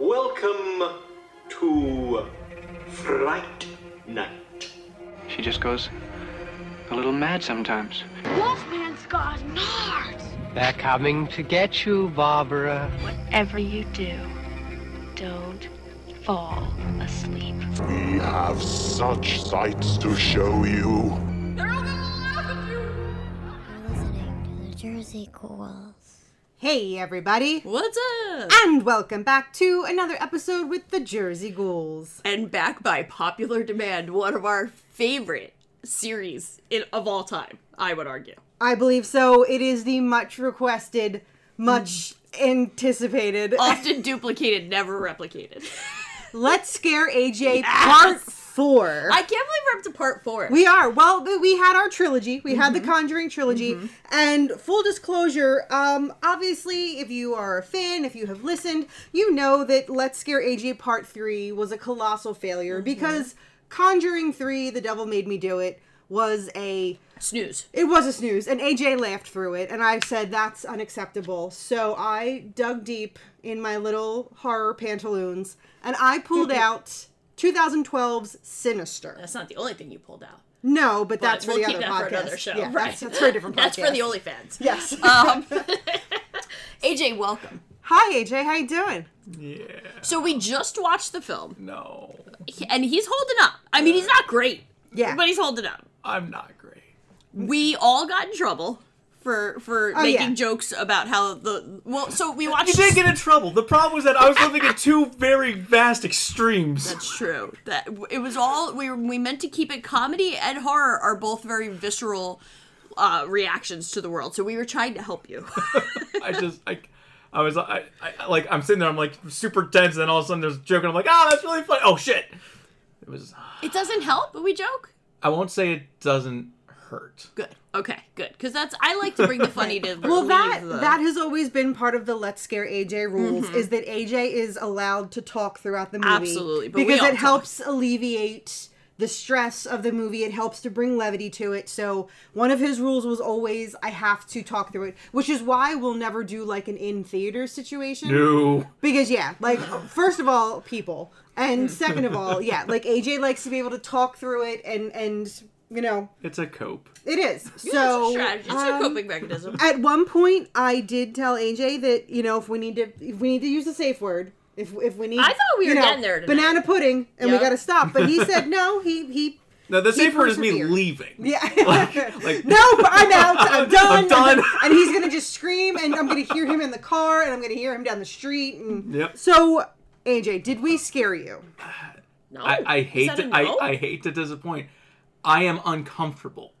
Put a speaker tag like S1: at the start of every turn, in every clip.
S1: Welcome to Fright Night.
S2: She just goes a little mad sometimes.
S3: Wolfman's got nards.
S4: They're coming to get you, Barbara.
S3: Whatever you do, don't fall asleep.
S5: We have such sights to show you.
S3: They're all gonna laugh at you.
S6: listening to the Jersey Ghouls.
S7: Hey, everybody,
S8: What's up?
S7: and welcome back to another episode with the Jersey Ghouls.
S8: And back by popular demand, one of our favorite series in, of all time, I would argue.
S7: I believe so. It is the much requested, much anticipated.
S8: Mm. Often duplicated, never replicated.
S7: Let's Scare AJ
S8: Yes!
S7: Part 4.
S8: I can't believe we're up to part four. Mm-hmm.
S7: we are. Well, th- we had our trilogy. We had the Conjuring trilogy. And full disclosure, um, obviously, if you are a fan, if you have listened, you know that Let's Scare AJ Part 3 was a colossal failure
S8: Mm-hmm.
S7: because Conjuring 3, The Devil Made Me Do It, was a
S8: snooze.
S7: It was a snooze, and AJ laughed through it, and I said that's unacceptable. So I dug deep in my little horror pantaloons, and I pulled
S8: Mm-hmm.
S7: out 2012's Sinister.
S8: That's not the only thing you pulled out.
S7: No,
S8: But
S7: but that's for
S8: we'll
S7: the
S8: keep
S7: other
S8: that
S7: podcast.
S8: for another show.
S7: Yeah,
S8: right.
S7: that's, that's for a different podcast.
S8: That's for the OnlyFans.
S7: Yes.
S8: Um, AJ, welcome.
S7: Hi AJ, how you doing?
S8: So we just watched the film. No. And he's holding up. I mean, he's not great,
S7: Yeah.
S8: but he's holding up.
S9: I'm not great.
S8: we all got in trouble for for
S7: Oh,
S8: making
S7: yeah.
S8: jokes about how the well so we
S9: You
S8: watched
S9: did get in trouble. The problem was that I was living in two very vast extremes.
S8: that's true that it was all we we meant to keep it comedy and horror are both very visceral uh, reactions to the world so we were trying to help you
S9: I just like I was I, I like I'm sitting there. I'm like super tense, and then all of a sudden there's a joke, and I'm like, ah, that's really funny. Oh shit! It was.
S8: it doesn't help but we joke
S9: I won't say it doesn't hurt.
S8: good okay good because that's i like to bring the funny to
S7: Well, that
S8: relieve the- Mm-hmm.
S7: that has always been part of the Let's Scare AJ rules is that AJ is allowed to talk throughout the movie.
S8: Absolutely, but we
S7: because
S8: all
S7: it
S8: talk.
S7: helps alleviate the stress of the movie. It helps to bring levity to it. So one of his rules was always I have to talk through it, which is why we'll never do like an in theater situation.
S9: No.
S7: Because yeah, like first of all, people,
S8: Mm.
S7: and second of all, yeah, like AJ likes to be able to talk through it and and you know
S9: It's a cope.
S7: it is.
S8: Yeah,
S7: so
S8: it's a strategy it's
S7: um,
S8: a coping mechanism
S7: at one point, I did tell AJ that you know if we need to if we need to use a safe word. If, if we need,
S8: I thought we
S7: you
S8: were
S7: know,
S8: getting there tonight.
S7: Banana pudding, and
S8: Yep.
S7: we got to stop. But he said no. He he.
S9: No, the
S7: he
S9: safe word is me
S7: persevered.
S9: leaving.
S7: Yeah.
S9: like-
S7: no, but I'm out. I'm done.
S9: done.
S7: and he's gonna just scream, and I'm gonna hear him in the car, and I'm gonna hear him down the street. And
S9: Yep.
S7: so, AJ, did we scare you?
S8: no
S9: I, I
S8: Is
S9: hate
S8: that a
S9: to I,
S8: no?
S9: I hate to disappoint. I am uncomfortable.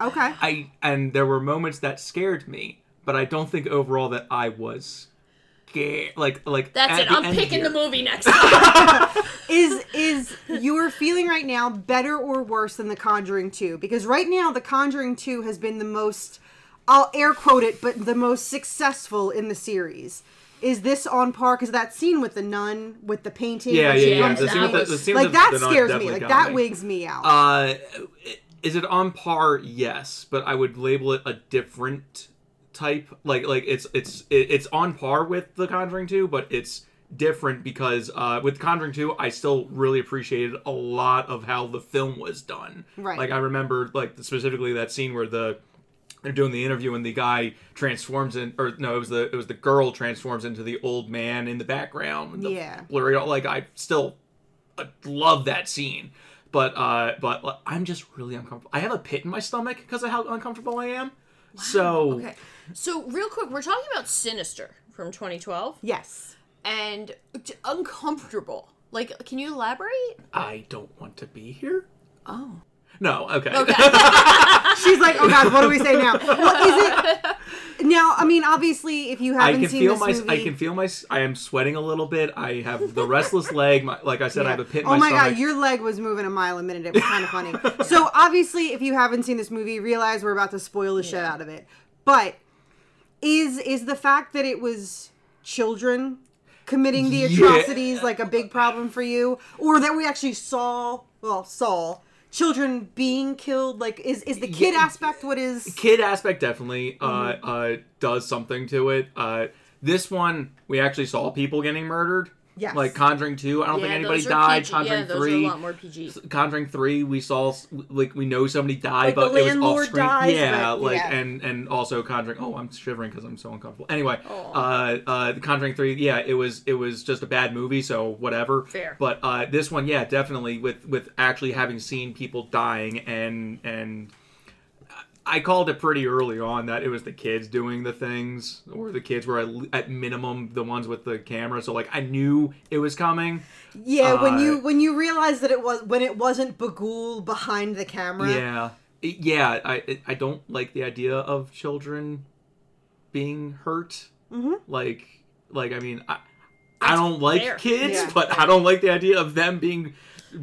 S7: Okay.
S9: I and there were moments that scared me, but I don't think overall that I was scared. Like like
S8: that's
S9: at
S8: it
S9: the
S8: i'm
S9: end
S8: picking the
S9: here.
S8: movie next time
S7: is is your feeling right now better or worse than the conjuring 2 because right now the conjuring 2 has been the most i'll air quote it but the most successful in the series is this on par because that scene with the nun with the painting
S9: Yeah,
S7: when she
S9: yeah, yeah.
S7: comes
S9: The
S7: to
S9: scene with
S7: me,
S9: the- the scene
S7: like
S9: with the-
S7: that
S9: the nun
S7: scares me
S9: definitely
S7: like
S9: got
S7: that
S9: me.
S7: wigs me out
S9: Uh, is it on par? Yes, but I would label it a different type. Like like it's it's it- it's on par with The Conjuring Two, but it's different because uh, with Conjuring Two, I still really appreciated a lot of how the film was done.
S7: Right.
S9: Like I remember like specifically that scene where the they're doing the interview and the guy transforms in or no it was the it was the girl transforms into the old man in the background with the
S7: Yeah.
S9: blurry like i still uh, love that scene but uh but like, i'm just really uncomfortable i have a pit in my stomach because of how uncomfortable i am so
S8: okay so real quick we're talking about sinister from 2012
S7: yes
S8: and t- uncomfortable. Like, can you elaborate?
S9: i don't want to be here
S8: Oh.
S9: No, okay.
S7: She's like, oh god, what do we say now? What is it? Now, I mean, obviously, if you
S9: I
S7: haven't
S9: can
S7: seen
S9: feel
S7: this
S9: my.
S7: movie,
S9: I can feel my. s- I am sweating a little bit. I have the restless leg. My, like I said, I have a pit in
S7: oh my
S9: stomach.
S7: god, your leg was moving a mile a minute. It was kind of funny. so obviously, if you haven't seen this movie, realize we're about to spoil the shit out of it. But is is the fact that it was children committing the
S9: Yeah.
S7: atrocities like a big problem for you, or that we actually saw well saw children being killed? Like, is is the kid
S9: Yeah.
S7: aspect what is?
S9: kid aspect definitely uh,
S8: Mm-hmm.
S9: uh, does something to it. Uh, this one, we actually saw people getting murdered.
S7: Yes.
S9: Like Conjuring Two, I don't think anybody
S8: those are
S9: died.
S8: PG.
S9: Conjuring
S8: yeah, those are
S9: Three,
S8: a lot more PG.
S9: Conjuring Three, we saw s- like we know somebody died, but
S7: Like, the
S9: it was off
S7: landlord
S9: screen.
S7: dies,
S9: yeah,
S7: but-
S9: like
S7: yeah.
S9: and and also Conjuring. Oh, I'm shivering because I'm so uncomfortable. Anyway, uh, uh, the Conjuring Three, yeah, it was it was just a bad movie, so whatever.
S8: Fair.
S9: But uh, this one, yeah, definitely with with actually having seen people dying and and I called it pretty early on that it was the kids doing the things, or the kids were at, at minimum the ones with the camera. So like I knew it was coming.
S7: Yeah, when you
S9: Uh,
S7: when you realize that it was when it wasn't Bagul behind the camera.
S9: Yeah, It- yeah. I it- I don't like the idea of children being hurt. Mm-hmm. Like like I mean I I don't like
S8: fair.
S9: kids,
S7: Yeah.
S9: but I don't like the idea of them being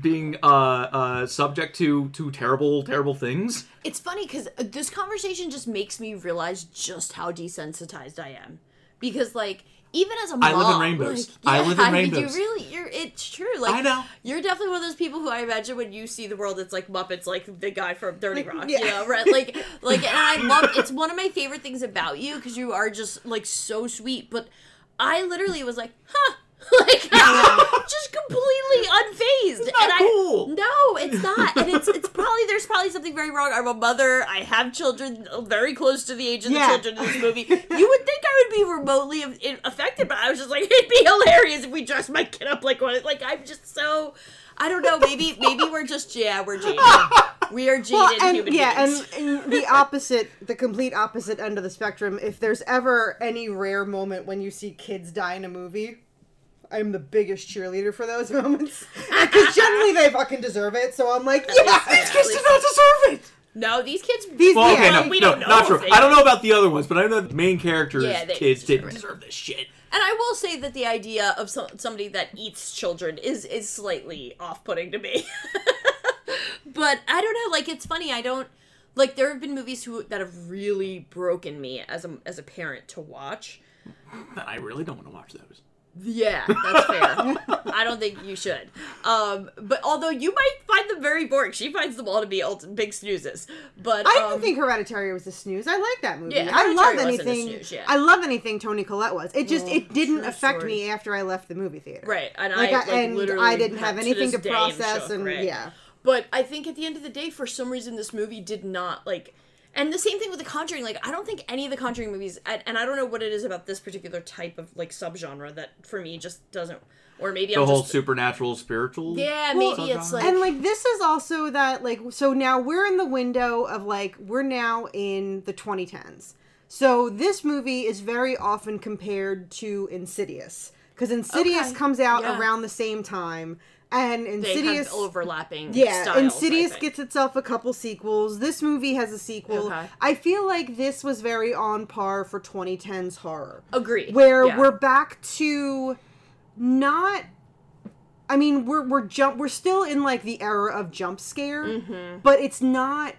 S9: being uh uh subject to to terrible terrible things.
S8: It's funny because this conversation just makes me realize just how desensitized I am. Because like even as a mom,
S9: I live in rainbows.
S8: like,
S9: I live in
S8: yeah,
S9: rainbows.
S8: You really, you're. It's true. Like
S9: I know.
S8: You're definitely one of those people who I imagine when you see the world, it's like Muppets, like the guy from Dirty Rock.
S7: yeah.
S8: You know, right? Like, like, and I love. It's one of my favorite things about you because you are just like so sweet. But I literally was like, huh. Like just completely unfazed. and I,
S9: cool.
S8: no, it's not. And it's it's probably there's probably something very wrong. I'm a mother. I have children uh, very close to the age of
S7: Yeah.
S8: the children in this movie. You would think I would be remotely af- in- affected, but I was just like, it'd be hilarious if we dressed my kid up like one. Like I'm just so, I don't know. Maybe maybe we're just yeah, we're jaded. We are jaded
S7: Well, Uh, and
S8: human
S7: yeah,
S8: beings.
S7: and, and the opposite, the complete opposite end of the spectrum. If there's ever any rare moment when you see kids die in a movie, I'm the biggest cheerleader for those moments because generally they fucking deserve it. So I'm like, yeah, these kids do not deserve it.
S8: no, these kids.
S7: These
S9: Well,
S7: yeah,
S9: okay, no,
S8: we
S9: no,
S8: don't know
S9: not
S8: if
S9: true.
S8: they-
S9: I don't know about the other ones, but I know the main characters'
S8: Yeah, they
S9: kids didn't
S8: deserve it.
S9: deserve this shit.
S8: And I will say that the idea of some, somebody that eats children is is slightly off-putting to me. but I don't know, like it's funny. I don't like there have been movies who that have really broken me as a as a parent to watch.
S9: But I really don't want to watch those.
S8: Yeah, that's fair. I don't think you should. Um, but although you might find them very boring, she finds them all to be ult- big snoozes. But
S7: I didn't
S8: um,
S7: think Hereditary was a snooze. I like that movie.
S8: Yeah,
S7: I love
S8: Hereditary wasn't a
S7: anything.
S8: snooze, yeah.
S7: I love anything Tony Collette was. It just it didn't
S8: true
S7: affect
S8: story.
S7: me after I left the movie theater.
S8: Right, and
S7: Like,
S8: I
S7: I-
S8: like,
S7: and
S8: literally
S7: I didn't have anything
S8: this day
S7: to
S8: am
S7: process
S8: shook,
S7: and-
S8: right.
S7: yeah.
S8: But I think at the end of the day, for some reason, this movie did not like. And the same thing with the Conjuring. Like, I don't think any of the Conjuring movies, and and I don't know what it is about this particular type of like subgenre that for me just doesn't, or maybe
S9: The
S8: I'm
S9: whole
S8: just
S9: supernatural spiritual.
S8: yeah,
S7: Well,
S8: maybe it's like
S7: and like this is also that like so now we're in the window of like we're now in the 2010s so this movie is very often compared to insidious because insidious
S8: Okay,
S7: comes out
S8: yeah.
S7: around the same time and
S8: they kind of
S7: insidious
S8: overlapping.
S7: yeah
S8: styles, I
S7: insidious
S8: think.
S7: gets itself a couple sequels this movie has a sequel
S8: Okay.
S7: i feel like this was very on par for 2010s horror
S8: agreed
S7: where
S8: yeah.
S7: we're back to not I mean we're we're jump we're still in like the era of jump scare
S8: Mm-hmm.
S7: but it's not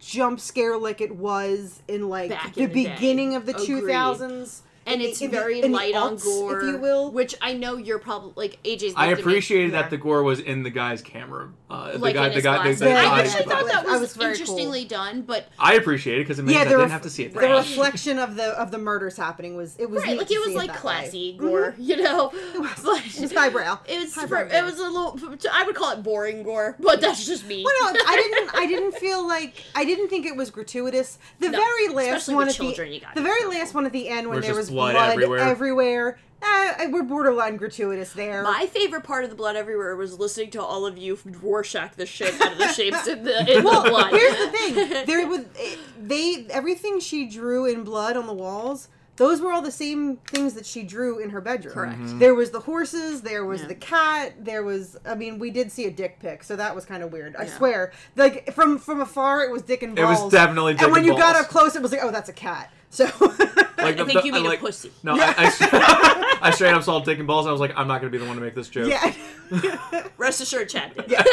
S7: jump scare like it was in like
S8: Back
S7: the
S8: in the day.
S7: beginning of the
S8: Agreed.
S7: 2000s
S8: and
S7: in the-
S8: it's
S7: in the-
S8: very
S7: in the
S8: light on
S7: aughts,
S8: gore,
S7: if you will
S8: Which I know you're probably like AJ's.
S9: I
S8: looked at me-
S9: appreciated
S7: Yeah.
S9: that the gore was in the guy's camera. Uh, the
S8: like
S9: guy,
S8: in
S9: the
S8: his
S9: guy, the,
S8: glasses.
S9: the
S7: Yeah,
S8: I
S9: guy.
S8: actually thought that
S7: That
S8: was,
S7: was very
S8: interestingly done, but
S9: I appreciate it because it means
S7: yeah
S9: I
S7: the,
S9: didn't
S7: ref-
S9: have to see it.
S7: the
S9: that way.
S7: reflection of the of the murders happening was it was
S8: right,
S7: neat
S8: like
S7: to
S8: it was
S7: see
S8: like
S7: that way. Mm-hmm.
S8: classy gore, you know. But
S7: It was highbrow
S8: it was
S7: Highbrow
S8: for-
S7: gore.
S8: it was a little. I would call it boring gore, but that's just me.
S7: Well, no, I didn't. I didn't feel like I didn't think it was gratuitous. The very last
S8: especially
S7: one
S8: with
S7: at the
S8: children, you gotta
S7: the
S8: be
S7: very
S8: careful.
S7: last one at the end when
S9: There's
S7: there
S9: just
S7: was blood,
S9: blood
S7: everywhere.
S9: everywhere.
S7: eh, we're borderline gratuitous there.
S8: My favorite part of the blood everywhere was listening to all of you Rorschach the shit out of the shapes in the in the blood.
S7: eh, Here's the thing: there was it- they everything she drew in blood on the walls. Those were all the same things that she drew in her bedroom. Correct.
S9: Mm-hmm.
S7: There was the horses, there was the cat, there was I mean, we did see a dick pic, so that was kind of weird. I swear. Like from from afar it was dick and
S9: It was
S7: balls.
S9: definitely dick
S7: And when
S9: and
S7: you got
S9: balls.
S7: up close it was like, "Oh, that's a cat." So
S9: Like,
S8: I think you mean a pussy.
S9: No, I, I, I straight up saw dick and balls. And I was like, I'm not gonna be the one to make this joke.
S7: yeah.
S8: Rest assured, Chad did.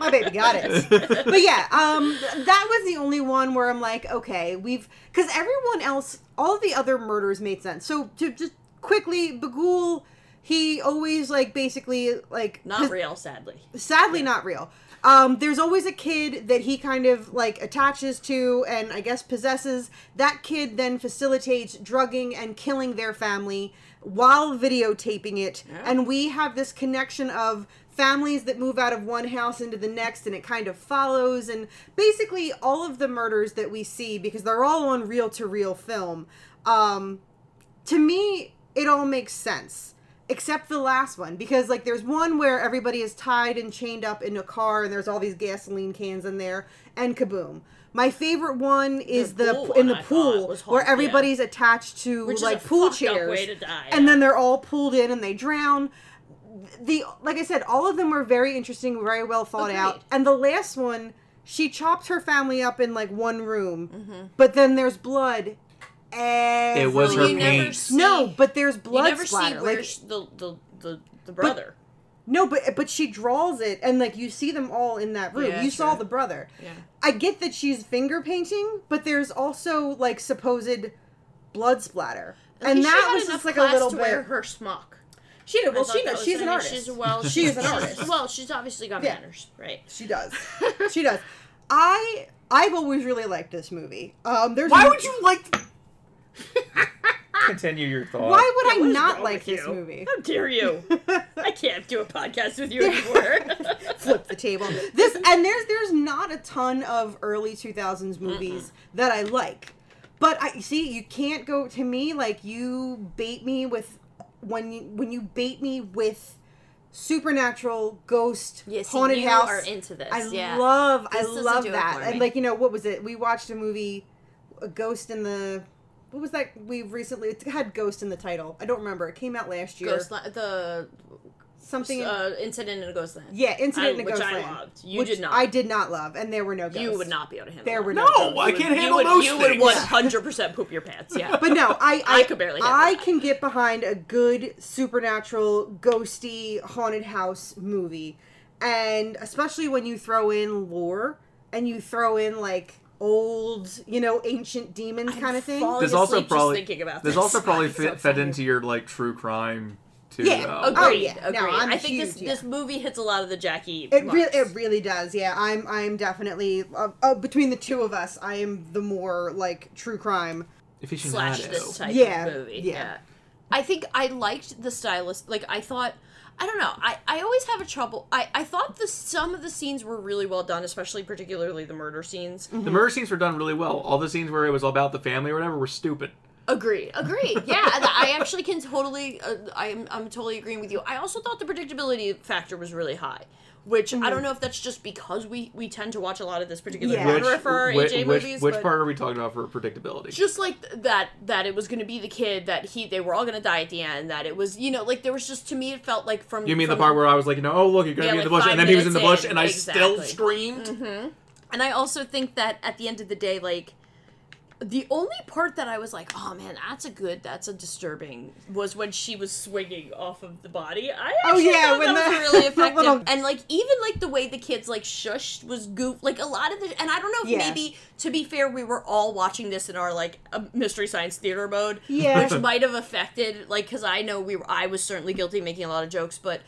S7: my baby got it. but yeah, um, th- that was the only one where I'm like, okay, we've because everyone else, all the other murders made sense. So to just quickly, Bagul, he always like basically like
S8: Not real, sadly.
S7: sadly not real. Um, there's always a kid that he kind of like attaches to and I guess possesses. That kid then facilitates drugging and killing their family while videotaping it. And we have this connection of families that move out of one house into the next and it kind of follows. And basically, all of the murders that we see, because they're all on reel to reel film, um, to me it all makes sense except the last one because like there's one where everybody is tied and chained up in a car and there's all these gasoline cans in there and kaboom my favorite one is the,
S8: pool
S7: in the
S8: one, I
S7: pool
S8: thought, was
S7: where
S8: horrible.
S7: everybody's attached to
S8: Which is
S7: like
S8: a
S7: pool
S8: fucked up
S7: chairs
S8: way to die,
S7: and
S8: yeah.
S7: then they're all pulled in and they drown the like i said all of them were very interesting very well thought out
S8: Agreed.
S7: and the last one she chopped her family up in like one room
S8: Mm-hmm.
S7: but then there's blood everywhere.
S9: It was
S8: Well,
S9: her
S8: you never
S9: paint.
S8: see-
S7: No, but there's
S8: You
S7: blood
S8: never see
S7: splatter.
S8: where
S7: like,
S8: sh- the, the, the, the brother.
S7: no, but but she draws it, and like you see them all in that room.
S8: Yeah,
S7: you saw
S8: sure.
S7: the brother.
S8: Yeah.
S7: I get that she's finger painting, but there's also like supposed blood splatter,
S8: At
S7: and
S8: least she
S7: that
S8: had
S7: was
S8: enough
S7: just like a
S8: class
S7: little
S8: to
S7: bit.
S8: wear her smock.
S7: she did
S8: I
S7: well.
S8: thought
S7: She
S8: that
S7: knows
S8: was-
S7: she's
S8: I
S7: an
S8: mean,
S7: artist.
S8: She's well.
S7: She
S8: she's-
S7: is an
S8: she's-
S7: artist.
S8: Well, she's obviously got
S7: Yeah.
S8: manners, right?
S7: She does. She does. I I've always really liked this movie. Um, there's
S9: Why would you like? Continue your thought.
S7: Why would
S8: What
S7: I
S8: is
S7: not
S8: wrong
S7: like
S8: with
S7: this
S8: you?
S7: movie?
S8: How dare you? I can't do a podcast with you anymore.
S7: flip the table. This and there's there's not a ton of early 2000s movies that I like. But I see you can't go to me like you bait me with when you, when you bait me with supernatural ghost
S8: Yeah, see,
S7: haunted
S8: you
S7: house.
S8: are into this,
S7: I
S8: yeah.
S7: love
S8: This
S7: I
S8: doesn't
S7: love
S8: do it
S7: that.
S8: for
S7: And
S8: me.
S7: like you know what was it? We watched a movie a ghost in the what was that we recently it had ghost in the title. I don't remember. It came out last year.
S8: Ghost, the
S7: Something in-
S8: uh, incident in a ghost land.
S7: yeah, Incident in a
S8: Um, which
S7: Ghost
S8: I
S7: Land,
S8: loved. You
S7: which
S8: did not.
S7: I did not love, and there were no ghosts.
S8: You would not be able to handle.
S7: There
S8: that.
S7: were no.
S9: No,
S7: ghosts.
S9: I can't
S8: You
S9: handle
S8: would.
S9: those
S8: You would
S9: things.
S8: one hundred percent poop your pants. Yeah.
S7: But no, I I,
S8: I could barely handle
S7: I
S8: that.
S7: can get behind a good supernatural, ghosty, haunted house movie, and especially when you throw in lore and you throw in like old, you know, ancient demons kind of thing.
S8: falling-
S9: There's also
S8: asleep just
S9: probably
S8: thinking about
S9: there's
S8: this.
S9: also probably
S8: So
S9: fit, fed
S8: excited.
S9: into your like true crime too.
S7: Yeah,
S9: though.
S8: Agreed.
S7: Oh, yeah. No,
S8: Agreed.
S7: I'm
S8: I think this
S7: huge, yeah.
S8: this movie hits a lot of the Jackie.
S7: It really,
S8: marks.
S7: it really does. Yeah, I'm, I'm definitely uh, uh, between the two of us, I am the more like true crime.
S9: Aficionado.
S8: slash this type
S7: Yeah,
S8: of movie.
S7: yeah.
S8: Yeah. I think I liked the stylist. Like I thought, I don't know. I, I always have a trouble. I I thought the some of the scenes were really well done, especially particularly the murder scenes.
S7: Mm-hmm.
S9: The murder scenes were done really well. All the scenes where it was all about the family or whatever were stupid.
S8: Agree, agree. Yeah, and I actually can totally. Uh, I'm I'm totally agreeing with you. I also thought the predictability factor was really high, which I don't know if that's just because we we tend to watch a lot of this particular
S7: Mm-hmm. Yeah.
S8: genre for our
S9: which,
S8: AJ
S9: which,
S8: movies.
S9: which
S8: but
S9: part are we talking about for predictability?
S8: Just like th- that, that it was going to be the kid that he they were all going to die at the end. That it was you know like there was just to me it felt like from
S9: you mean the
S8: from-
S9: part where I was like, you know, oh look, you're gonna
S8: Yeah,
S9: be in the
S8: like
S9: bush,
S8: five
S9: and then he was in the
S8: minutes
S9: bush,
S8: in,
S9: and I still
S8: exactly. Mm-hmm.
S9: screamed.
S8: And I also think that at the end of the day, like the only part that I was like, "Oh man, that's a good, that's a disturbing," was when she was swinging off of the body. I
S7: Oh,
S8: actually
S7: yeah,
S8: thought
S7: when
S8: that
S7: the-
S8: was really
S7: the
S8: effective,
S7: little-
S8: and like even like the way the kids like shushed was goof. Like a lot of the, and I don't know if
S7: Yeah.
S8: maybe to be fair, we were all watching this in our like a mystery science theater mode,
S7: Yeah.
S8: which might have affected like because I know we were, I was certainly guilty of making a lot of jokes, but.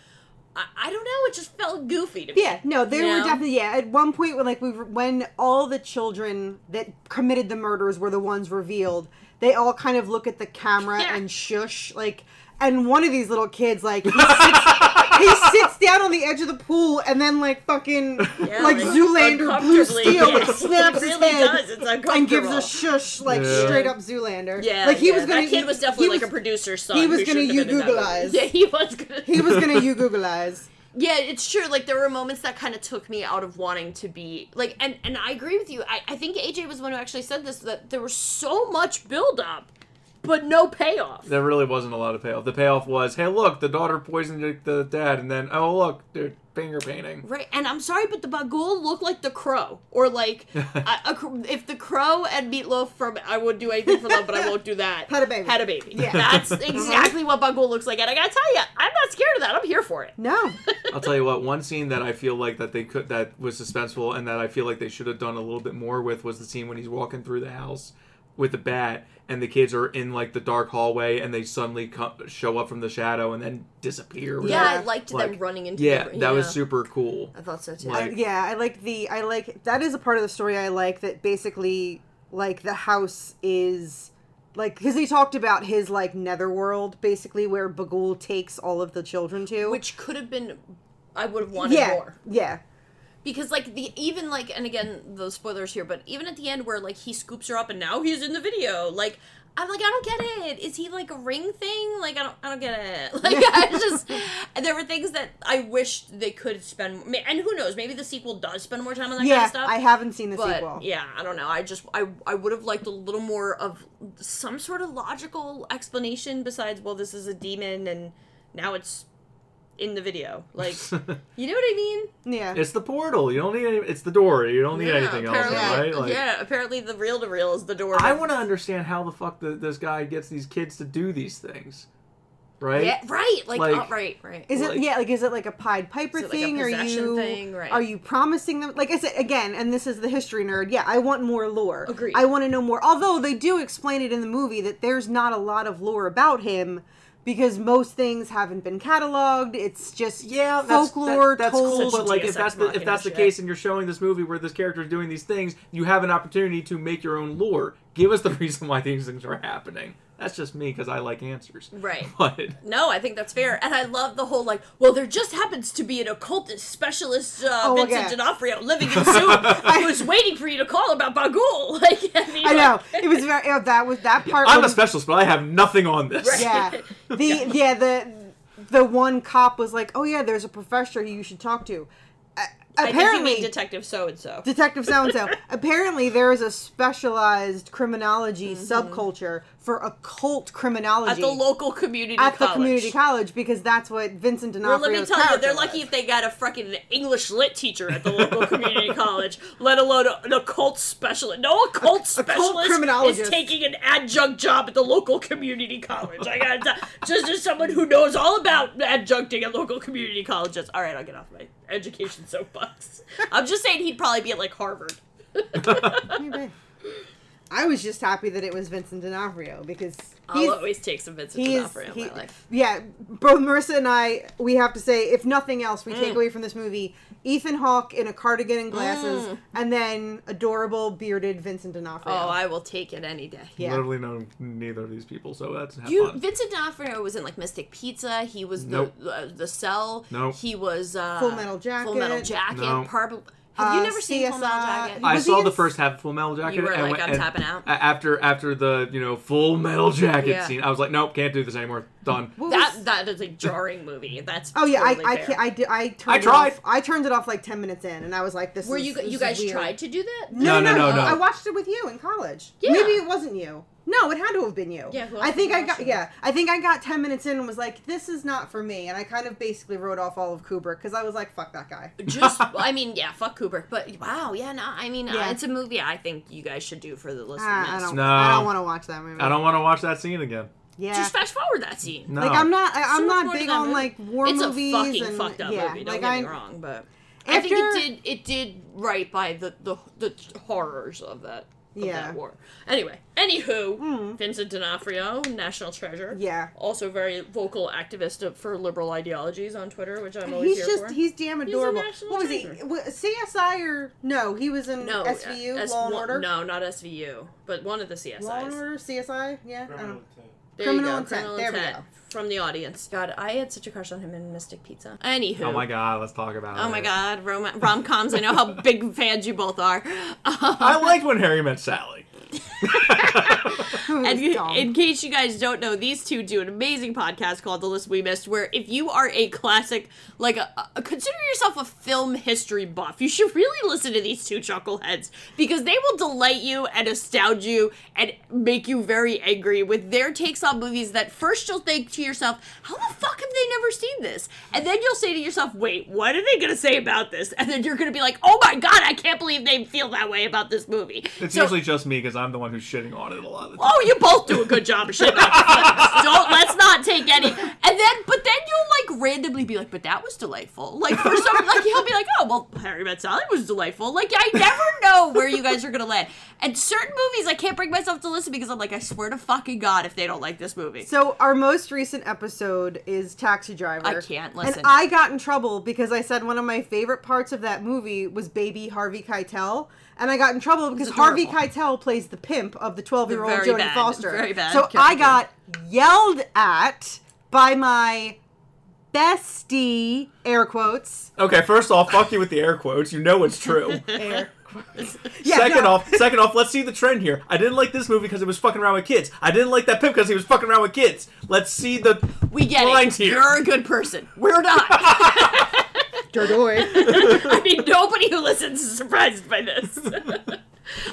S8: I, I don't know. It just felt goofy to me.
S7: Yeah, no, there
S8: you
S7: were
S8: know?
S7: definitely yeah. At one point, when like we were, when all the children that committed the murders were the ones revealed, they all kind of look at the camera
S8: Yeah.
S7: and shush like. And one of these little kids, like he sits, he sits down on the edge of the pool, and then like fucking
S8: Yeah, like,
S7: like Zoolander blue
S8: uncomfortably,
S7: steel,
S8: yes.
S7: like, snaps his
S8: Really
S7: head
S8: does, it's
S7: and gives
S8: uncomfortable.
S7: a shush like
S9: Yeah.
S7: straight up Zoolander.
S8: Yeah,
S7: like he
S8: yeah,
S7: was gonna.
S8: That kid
S7: he-
S8: was
S7: he
S8: definitely like
S7: was-
S8: a producer's son.
S7: he was
S8: who
S7: gonna
S8: shouldn't have been in that
S7: you-Google-ize.
S8: movie. Yeah, he was gonna.
S7: He was gonna you Google eyes.
S8: yeah, it's true. Like there were moments that kind of took me out of wanting to be like, and and I agree with you. I I think AJ was the one who actually said this that there was so much buildup but no payoff.
S9: There really wasn't a lot of payoff. The payoff was, hey, look, the daughter poisoned the- the dad, and then, oh, look, they're finger painting.
S8: Right, and I'm sorry, but the Bagul look like the crow, or like I- a cr- if the crow and Meatloaf from I would do anything for love, but I won't do that.
S7: Had a baby. Uh-huh.
S8: Had a baby. Yeah, that's exactly what Bagul looks like, and I gotta tell you, I'm not scared of that. I'm here for it.
S7: No.
S9: I'll tell you what, one scene that I feel like that they could that was suspenseful and that I feel like they should have done a little bit more with was the scene when he's walking through the house with the bat and the kids are in like the dark hallway and they suddenly come, show up from the shadow and then disappear.
S8: Yeah, I liked them
S9: Like,
S8: running into.
S9: Yeah,
S8: the,
S9: that was
S8: yeah.
S9: super cool.
S8: I thought so too.
S9: Like-
S7: yeah, I like the I like that is a part of the story I like that basically like the house is like because he talked about his like netherworld basically where Bagul takes all of the children to
S8: Which could have been, I would have wanted
S7: yeah
S8: more.
S7: yeah
S8: because like the even like and again the spoilers here but even at the end where like he scoops her up and now he's in the video like i'm like i don't get it is he like a ring thing like i don't i don't get it like i just and there were things that i wished they could spend ma- and who knows maybe the sequel does spend more time on that kind
S7: yeah
S8: of stuff
S7: I haven't seen the
S8: but
S7: sequel
S8: yeah i don't know i just i i would have liked a little more of some sort of logical explanation besides well this is a demon and now it's in the video like you know what i mean
S7: yeah
S9: It's the portal. You don't need any, it's the door. You don't need anything else,
S8: apparently,
S9: right? Like,
S8: yeah, apparently the reel to reel is the door.
S9: I want to understand how the fuck the, this guy gets these kids to do these things. Right?
S8: Yeah, right. Like,
S9: Like-
S8: oh, right, right.
S7: Is it
S9: Like-
S7: yeah? Like, is it like a Pied Piper
S8: Is it like a
S7: thing? are
S8: possession
S7: you
S8: thing? Right.
S7: are you promising them? Like I said again, and this is the history nerd. Yeah, I want more lore.
S8: Agreed.
S7: I want to know more. Although they do explain it in the movie that there's not a lot of lore about him because most things haven't been cataloged. It's just
S9: yeah, that's,
S7: folklore
S9: that- that's cool.
S7: told.
S9: But like, if
S8: TSX
S9: that's the, if
S8: mocking
S9: that's the
S8: shit.
S9: case, and you're showing this movie where this character is doing these things, you have an opportunity to make your own lore. Give us the reason why these things are happening. That's just me because I like answers.
S8: Right.
S9: But
S8: No, I think that's fair, and I love the whole like. Well, there just happens to be an occultist specialist, uh,
S7: Oh,
S8: Vincent
S7: okay.
S8: D'Onofrio, living in Zoom, who's waiting for you to call about Bagul. Like, I mean,
S7: I know
S8: like-
S7: it was very yeah, that was that part.
S9: I'm a
S7: was-
S9: specialist, but I have nothing on this.
S7: yeah. The yeah the the one cop was like, oh yeah, there's a professor you should talk to. Uh,
S8: I think you
S7: apparently,
S8: mean Detective So and So.
S7: Detective so and so. Apparently, there is a specialized criminology subculture for occult criminology
S8: Mm-hmm. At the local community
S7: at the
S8: college.
S7: community college because that's what Vincent
S8: Well,
S7: D'Onofrio's
S8: let me tell you,
S7: character
S8: they're lucky
S7: was.
S8: if they got a freaking English lit teacher at the local community college, let alone a- an occult specialist. No occult specialist is
S7: criminologist.
S8: taking an adjunct job at the local community college. I gotta tell, just as someone who knows all about adjuncting at local community colleges. All right, I'll get off my education soapbox. I'm just saying he'd probably be at like Harvard.
S7: Maybe. I was just happy that it was Vincent D'Onofrio because
S8: I'll
S7: he's
S8: always take some Vincent
S7: he is-
S8: D'Onofrio
S7: he-
S8: in my life.
S7: yeah. Both Marissa and I, we have to say, if nothing else,
S8: Mm.
S7: we take away from this movie Ethan Hawke in a cardigan and glasses, and then adorable bearded Vincent D'Onofrio.
S8: Mm. Oh, I will take it any day.
S7: yeah.
S9: Literally know neither of these people, so that's have
S8: You
S9: fun.
S8: Vincent D'Onofrio was in like Mystic Pizza. He was the
S9: Nope.
S8: uh, the Cell.
S9: Nope.
S8: He was uh,
S7: Full Metal
S8: Full Metal
S7: Jacket.
S8: Jacket.
S9: No.
S8: Purple. Have you
S7: Uh,
S8: never seen Full Metal
S7: CSI.
S8: Jacket?
S9: I
S7: Was
S9: saw
S7: he
S9: the
S7: in-
S9: first half of Full Metal Jacket.
S8: You were
S9: and
S8: like,
S9: went-
S8: "I'm
S9: and
S8: tapping out."
S9: a- After after the you know Full Metal Jacket
S8: Yeah.
S9: scene, I was like, nope, can't do this anymore. Done.
S8: That that is a jarring movie. That's
S7: Oh yeah,
S8: totally
S7: I I,
S8: fair.
S7: can't, I did I turned it
S9: tried.
S7: off. I turned it off like ten minutes in, and I was like, "This."
S8: Were
S7: is,
S8: you
S7: this
S8: you
S7: is
S8: guys
S7: weird.
S8: tried to do that?
S9: No, no, no, no.
S7: I watched it with you in college.
S8: Yeah.
S7: Maybe it wasn't you. No, it had to have been you.
S8: Yeah, who else
S7: I think
S8: was
S7: I got
S8: watching?
S7: yeah. I think I got ten minutes in and was like, "This is not for me," and I kind of basically wrote off all of Kubrick because I was like, "Fuck that guy."
S8: Just I mean, yeah, fuck Kubrick. But wow, yeah, no, I mean, uh,
S7: Yeah.
S8: it's a movie I think you guys should do for the listeners.
S7: Ah, I, I don't.
S9: No.
S7: I don't want to watch that movie.
S9: I don't want to watch that scene again.
S7: Yeah.
S8: Just fast forward that scene.
S9: No.
S7: like I'm not. I,
S8: So
S7: I'm
S8: much
S7: not
S8: more to
S7: big
S8: that
S7: on
S8: movie.
S7: like war
S8: it's
S7: movies
S8: a fucking
S7: and
S8: fucked up
S7: yeah.
S8: movie. Don't
S7: like
S8: get
S7: I
S8: me wrong, but I think
S7: After-
S8: it did it did right by the the, the horrors of that of
S7: Yeah. Hmm.
S8: that war. Anyway, anywho, Vincent D'Onofrio, national treasure.
S7: Yeah.
S8: also very vocal activist of, for liberal ideologies on Twitter, which I'm always here
S7: He's just
S8: for.
S7: he's damn
S8: He's a
S7: adorable.
S8: national
S7: what was he?
S8: treasure.
S7: wa- CSI or no? He was in
S8: no uh,
S7: SVU
S8: S-
S7: Law and
S8: one-
S7: Order.
S8: No, not SVU, but one of the CSIs.
S7: Law and Order, CSI, yeah. I don't.
S8: There
S7: Criminal
S8: you go.
S7: intent.
S8: Criminal
S7: There we
S8: intent
S7: go.
S8: from the audience. God, I had such a crush on him in Mystic Pizza. Anywho,
S9: Oh my god, let's talk about it.
S8: Oh my god, rom- rom coms. I know how big fans you both are. Um,
S9: I liked when Harry met Sally.
S8: and you-
S7: dumb.
S8: in case you guys don't know, these two do an amazing podcast called The List We Missed, where if you are a classic, like a, a- consider yourself a film history buff, you should really listen to these two chuckleheads because they will delight you and astound you and make you very angry with their takes on movies that first you'll think to yourself, how the fuck have they never seen this? And then you'll say to yourself, wait, what are they gonna say about this? And then you're gonna be like, oh my god, I can't believe they feel that way about this movie.
S9: It's
S8: So-
S9: usually just me because I'm the one who's shitting on it a lot of the time.
S8: oh, you both do a good job of shit. Don't let's not take any. And then, but then you'll like randomly be like, but that was delightful. Like for some, like he'll be like, oh well, Harry Met Sally was delightful. Like I never know where you guys are gonna land. And certain movies, I can't bring myself to listen because I'm like, I swear to fucking god, if they don't like this movie.
S7: So our most recent episode is Taxi Driver.
S8: I can't listen.
S7: And I got in trouble because I said one of my favorite parts of that movie was baby Harvey Keitel, and I got in trouble because Harvey Keitel plays the pimp of the twelve-year-old
S8: Very
S7: Jodie
S8: bad,
S7: Foster.
S8: very bad
S7: So I
S8: character.
S7: got yelled at by my bestie, air quotes.
S9: Okay, first off, fuck you with the air quotes. You know it's true.
S7: Air quotes. Yeah,
S9: second
S7: no.
S9: off, second off, let's see the trend here. I didn't like this movie because it was fucking around with kids. I didn't like that pimp because he was fucking around with kids. Let's see the
S8: we get it.
S9: lines here.
S8: You're a good person. We're not.
S7: Dordoy.
S8: I mean, nobody who listens is surprised by this.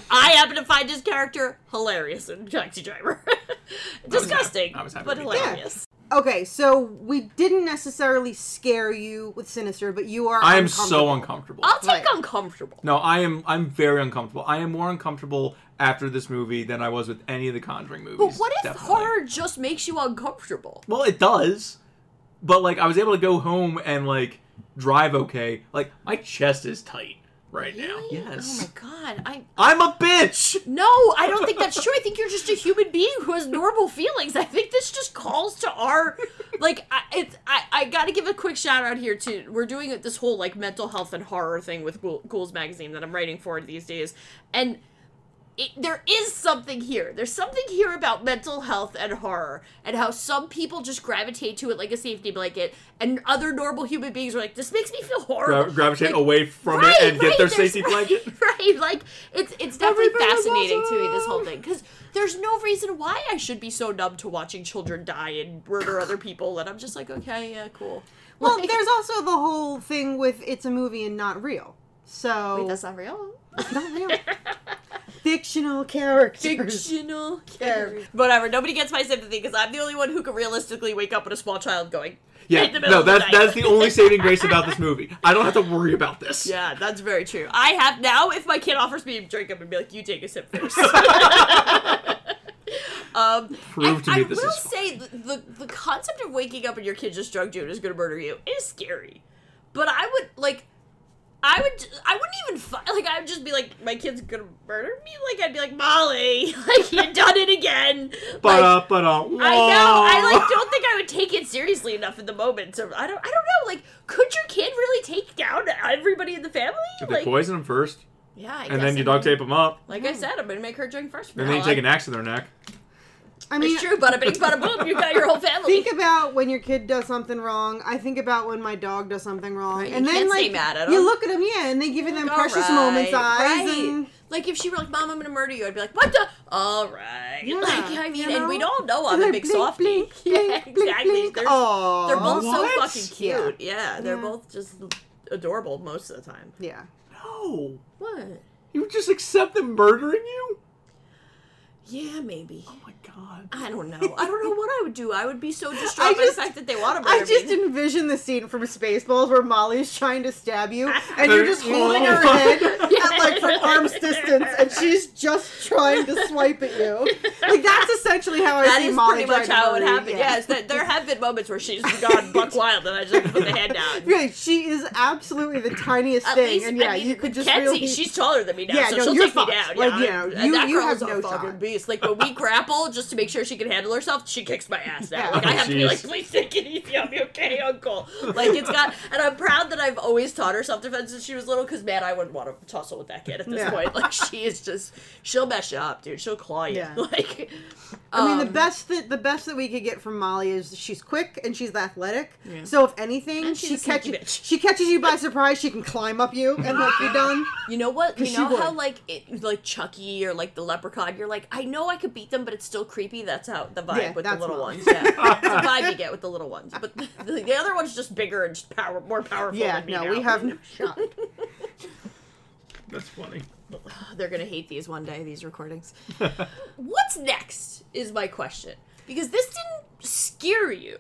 S8: I happen to find his character hilarious in Taxi Driver. Disgusting,
S9: I was happy
S8: but
S9: to be there.
S8: hilarious.
S7: okay, so we didn't necessarily scare you with Sinister, but you are.
S9: I am so
S7: uncomfortable.
S9: uncomfortable.
S8: I'll take
S7: Right.
S8: uncomfortable.
S9: No, I am. I'm very uncomfortable. I am more uncomfortable after this movie than I was with any of the Conjuring movies.
S8: But what if
S9: definitely.
S8: horror just makes you uncomfortable?
S9: Well, it does. But like, I was able to go home and like drive okay. Like my chest is tight right now. Yes.
S8: Oh my god, I
S9: I'm a bitch.
S8: no, I don't think that's true. I think you're just a human being who has normal feelings. I think this just calls to our like. I, it's I I gotta give a quick shout out here to we're doing this whole like mental health and horror thing with Ghoul- Ghouls magazine that I'm writing for these days, and it, there is something here. There's something here about mental health and horror, and how some people just gravitate to it like a safety blanket, and other normal human beings are like, "This makes me feel horrible."
S9: Gra- gravitate
S8: Like,
S9: away from
S8: right,
S9: it and get
S8: right,
S9: their
S8: there's-
S9: safety blanket.
S8: Right, like it's it's definitely
S9: Everything is
S8: fascinating to me this whole
S9: awesome.
S8: thing because there's no reason why I should be so numb to watching children die and murder other people, and I'm just like, okay, yeah, cool.
S7: Well,
S8: Like,
S7: there's also the whole thing with it's a movie and not real. So
S8: that's not real.
S7: not real. Fictional characters.
S8: Fictional character. Whatever. Nobody gets my sympathy because I'm the only one who can realistically wake up with a small child going.
S9: Yeah,
S8: in the middle
S9: no,
S8: of the
S9: that's
S8: night.
S9: that's the only saving grace about this movie. I don't have to worry about this.
S8: Yeah, that's very true. I have now. If my kid offers me a drink, I'm gonna be like, "You take a sip first. um,
S9: Prove
S8: I,
S9: to me
S8: I
S9: this
S8: will
S9: is fun.
S8: say the, the the concept of waking up and your kid just drugged you and is gonna murder you is scary, but I would like. I would, I wouldn't even fi- like. I would just be like, my kid's gonna murder me. Like I'd be like, Molly, like you done it again.
S9: But
S8: Like,
S9: uh, but
S8: I
S9: uh,
S8: know. I like don't think I would take it seriously enough in the moment. So I don't. I don't know. Like, could your kid really take down everybody in the family?
S9: If they
S8: like,
S9: poison them first,
S8: yeah. I
S9: and
S8: guess
S9: then you
S8: I'm-
S9: duct tape them up,
S8: Like I said, I'm gonna make her drink first.
S9: and then you take an axe to their neck.
S7: I mean,
S8: It's true. Bada bing, bada boom. You got your whole family.
S7: think about when your kid does something wrong. I think about when my dog does something wrong,
S8: Right,
S7: and
S8: you
S7: then
S8: can't
S7: like
S8: stay mad at
S7: you
S8: 'em.
S7: look at them, yeah, and they give you them
S8: All
S7: precious
S8: right,
S7: moments eyes.
S8: right.
S7: And,
S8: Like if she were like, "Mom, I'm gonna murder you," I'd be like, "What the? All right."
S7: Yeah,
S8: like I mean,
S7: you know?
S8: and we'd all know
S7: And
S8: I'm a
S7: they're
S8: big
S7: blink,
S8: softie.
S7: blink,
S8: yeah,
S7: blink, blink,
S8: exactly.
S7: blink.
S8: They're,
S7: Aw.
S8: they're both
S9: What?
S8: so fucking cute. Yeah, they're
S7: Yeah.
S8: both just adorable most of the time.
S7: yeah,
S9: No,
S8: What?
S9: you just accept them murdering you.
S8: Yeah, maybe.
S9: Oh my god.
S8: I don't know. I don't know what I would do. I would be so distraught
S7: I
S8: by the
S7: just-
S8: fact that they want to murder
S7: I just
S8: me.
S7: envision the scene from Spaceballs where Molly's trying to stab you, and you're just
S9: Oh.
S7: holding her head at like from arm's distance, and she's just trying to swipe at you. Like that's essentially how I
S8: That
S7: see
S8: is
S7: Molly
S8: pretty much
S7: trying to
S8: how it would
S7: murder you,
S8: happen.
S7: yeah.
S8: Yes, that there have been moments where she's gone buck wild and I just put the hand down.
S7: Right, she is absolutely the tiniest
S8: At
S7: thing,
S8: least,
S7: and yeah,
S8: I mean,
S7: you could just
S8: Kenzie,
S7: really.
S8: she's taller than me now,
S7: Yeah,
S8: so
S7: no,
S8: she'll
S7: you're
S8: take me down.
S7: fucked. Like,
S8: yeah,
S7: yeah, you-
S8: that
S7: you
S8: girl's
S7: have
S8: a
S7: no
S8: fucking
S7: shot.
S8: beast. Like when we grapple just to make sure she can handle herself, she kicks my ass
S7: Yeah.
S8: now. Like I
S9: Oh,
S8: have to be like,
S9: jeez.
S8: please take it easy on me, okay, Uncle? Like it's got, and I'm proud that I've always taught her self defense since she was little. Because man, I wouldn't want to tussle with that kid at this
S7: Yeah.
S8: point. Like she is just, she'll mess you up, dude. She'll claw you.
S7: Yeah.
S8: Like
S7: I
S8: um,
S7: mean, the best that the best that we could get from Molly is she's quick and she's athletic. So if anything,
S8: And she's
S7: she
S8: a sneaky
S7: catches
S8: bitch.
S7: she catches you by surprise. She can climb up you and like you're done.
S8: You know what? You
S7: she
S8: know
S7: would.
S8: how like it, like Chucky or like the Leprechaun. You're like, I know I could beat them, but it's still creepy. That's how the vibe
S7: Yeah,
S8: with the
S7: that's
S8: little
S7: wrong.
S8: ones. Yeah, that's the vibe you get with the little ones. But the, the other one's just bigger and just power more powerful.
S7: Yeah,
S8: than me
S7: no,
S8: now.
S7: we have no shot. Oh,
S9: That's funny.
S8: They're gonna hate these one day. These recordings. What's next is my question because this didn't scare you,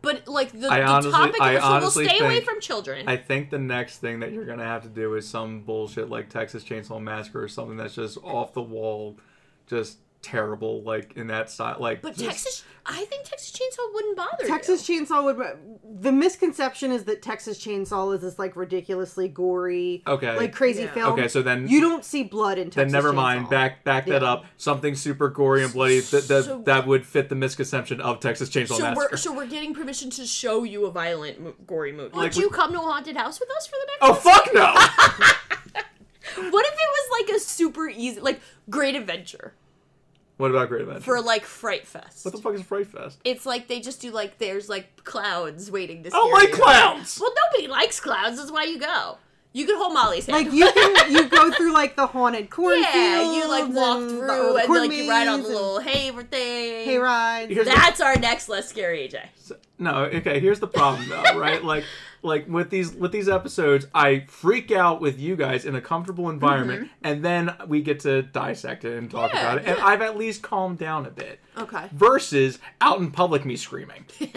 S8: but like the,
S9: I
S8: the
S9: honestly-
S8: topic.
S9: I
S8: of so we'll
S9: honestly
S8: stay away
S9: think-
S8: from children.
S9: I think the next thing that you're gonna have to do is some bullshit like Texas Chainsaw Massacre or something that's just off the wall, just terrible. Like in that style, like.
S8: but
S9: just-
S8: Texas, I think Texas Chainsaw wouldn't bother you.
S7: Texas Chainsaw would. The misconception is that Texas Chainsaw is this like ridiculously gory,
S9: Okay.
S7: like crazy
S8: Yeah.
S7: film.
S9: Okay, so then-
S7: you don't see blood in
S9: Then
S7: Texas.
S9: never mind.
S7: Chainsaw.
S9: Back back that
S7: Yeah.
S9: up. Something super gory and bloody that that,
S8: So-
S9: that would fit the misconception of Texas Chainsaw
S8: So
S9: Massacre.
S8: we're so we're getting permission to show you a violent, mo- gory movie. Would
S9: Like we-
S8: you come to a haunted house with us for the next?
S9: oh fuck no!
S8: What if it was like a super easy, like Great Adventure
S9: what about Great Adventure?
S8: for like Fright Fest?
S9: what the fuck is Fright Fest?
S8: It's like they just do like there's like clowns waiting to.
S9: I don't
S8: scare
S9: like
S8: you.
S9: Oh, clowns.
S8: Well, nobody likes clowns. That's why you go. You could hold Molly's hand.
S7: Like you can you go through like the haunted cornfield.
S8: yeah, you like walk
S7: and the-
S8: through
S7: the
S8: and
S7: corn
S8: like you ride on the
S7: maze and
S8: little hay thing.
S7: hayride.
S9: Here's the
S8: That's our next less scary AJ.
S9: No, okay, here's the problem though, right? like like with these with these episodes, I freak out with you guys in a comfortable environment and then we get to dissect it and talk
S8: Mm-hmm. Yeah,
S9: about it. And I've at least calmed down a bit.
S8: Okay.
S9: Versus out in public me screaming.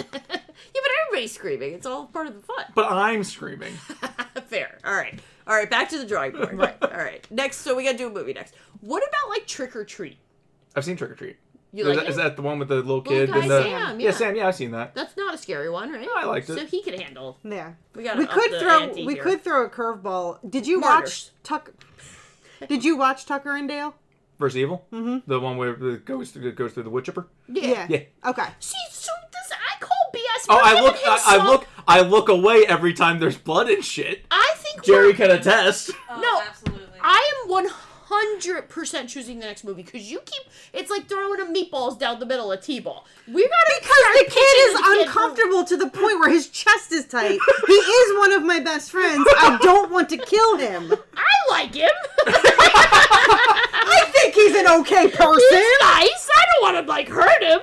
S8: Yeah, but everybody's screaming. It's all part of the fun.
S9: But I'm screaming.
S8: Fair. All right. All right. Back to the drawing board. right. All right. Next. So we got to do a movie next. What about like Trick or Treat?
S9: I've seen Trick or Treat.
S8: You
S9: is,
S8: like
S9: that,
S8: it?
S9: is that the one with the little
S8: Little
S9: kid
S8: guy
S9: and the
S8: Sam,
S9: yeah.
S8: yeah.
S9: Sam, yeah, I've seen that.
S8: That's not a scary one, right?
S9: I liked it.
S8: So he could handle.
S7: Yeah.
S8: We gotta
S7: we
S8: up
S7: could
S8: the
S7: throw
S8: ante
S7: we
S8: here.
S7: could throw a curveball. Did you
S8: Martyrs.
S7: watch Tucker? Did you watch Tucker and Dale?
S9: Versus Evil? Mm-hmm. The one where it goes through goes through the wood chipper.
S7: Yeah.
S9: Yeah.
S7: Okay.
S8: See, so this I call BS.
S9: Oh,
S8: We're
S9: I
S8: giving
S9: look
S8: him
S9: I, I
S8: some-
S9: look I look away every time there's blood and shit.
S8: I think
S9: Jerry
S8: we're-
S9: can attest.
S8: no, Oh, absolutely. I am one hundred percent choosing the next movie because you keep. It's like throwing a meatballs down the middle of t-ball. We gotta
S7: Because the
S8: start
S7: kid is
S8: pitching the kid for-
S7: uncomfortable to the point where his chest is tight. He is one of my best friends. I don't want to kill him.
S8: I like him.
S7: I think he's an okay
S8: He's
S7: person.
S8: nice. I don't want to like hurt him.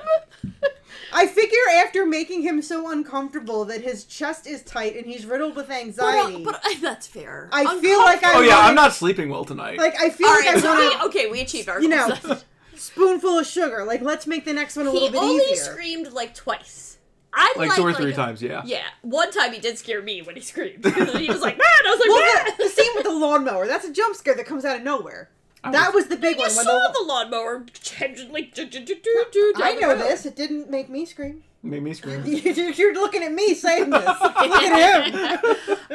S7: I figure after making him so uncomfortable that his chest is tight and he's riddled with anxiety.
S8: that's fair.
S7: I feel like I
S9: Oh yeah,
S7: wanna-
S9: I'm not sleeping well tonight.
S7: like I feel
S8: All
S7: like
S8: right,
S7: I
S8: so
S7: want
S8: we, okay, we achieved our
S7: you know,
S8: goals.
S7: spoonful of sugar. Like let's make the next one a
S8: He
S7: little bit
S8: only
S7: easier.
S8: screamed like twice. I
S9: like two or three times, yeah.
S8: Yeah, one time he did scare me when he screamed. he was like, man, I was like,
S7: well,
S8: "Ah!"
S7: the, the scene with the lawnmower. That's a jump scare that comes out of nowhere.
S9: Oh.
S7: that was the big
S8: You
S7: one. when
S8: saw
S7: the-
S8: the lawnmower gently do- do- do- do- do down
S7: I
S8: the
S7: know
S8: road.
S7: this. It didn't make me scream.
S9: Made me scream.
S7: You're you're looking at me saying this. Look at him.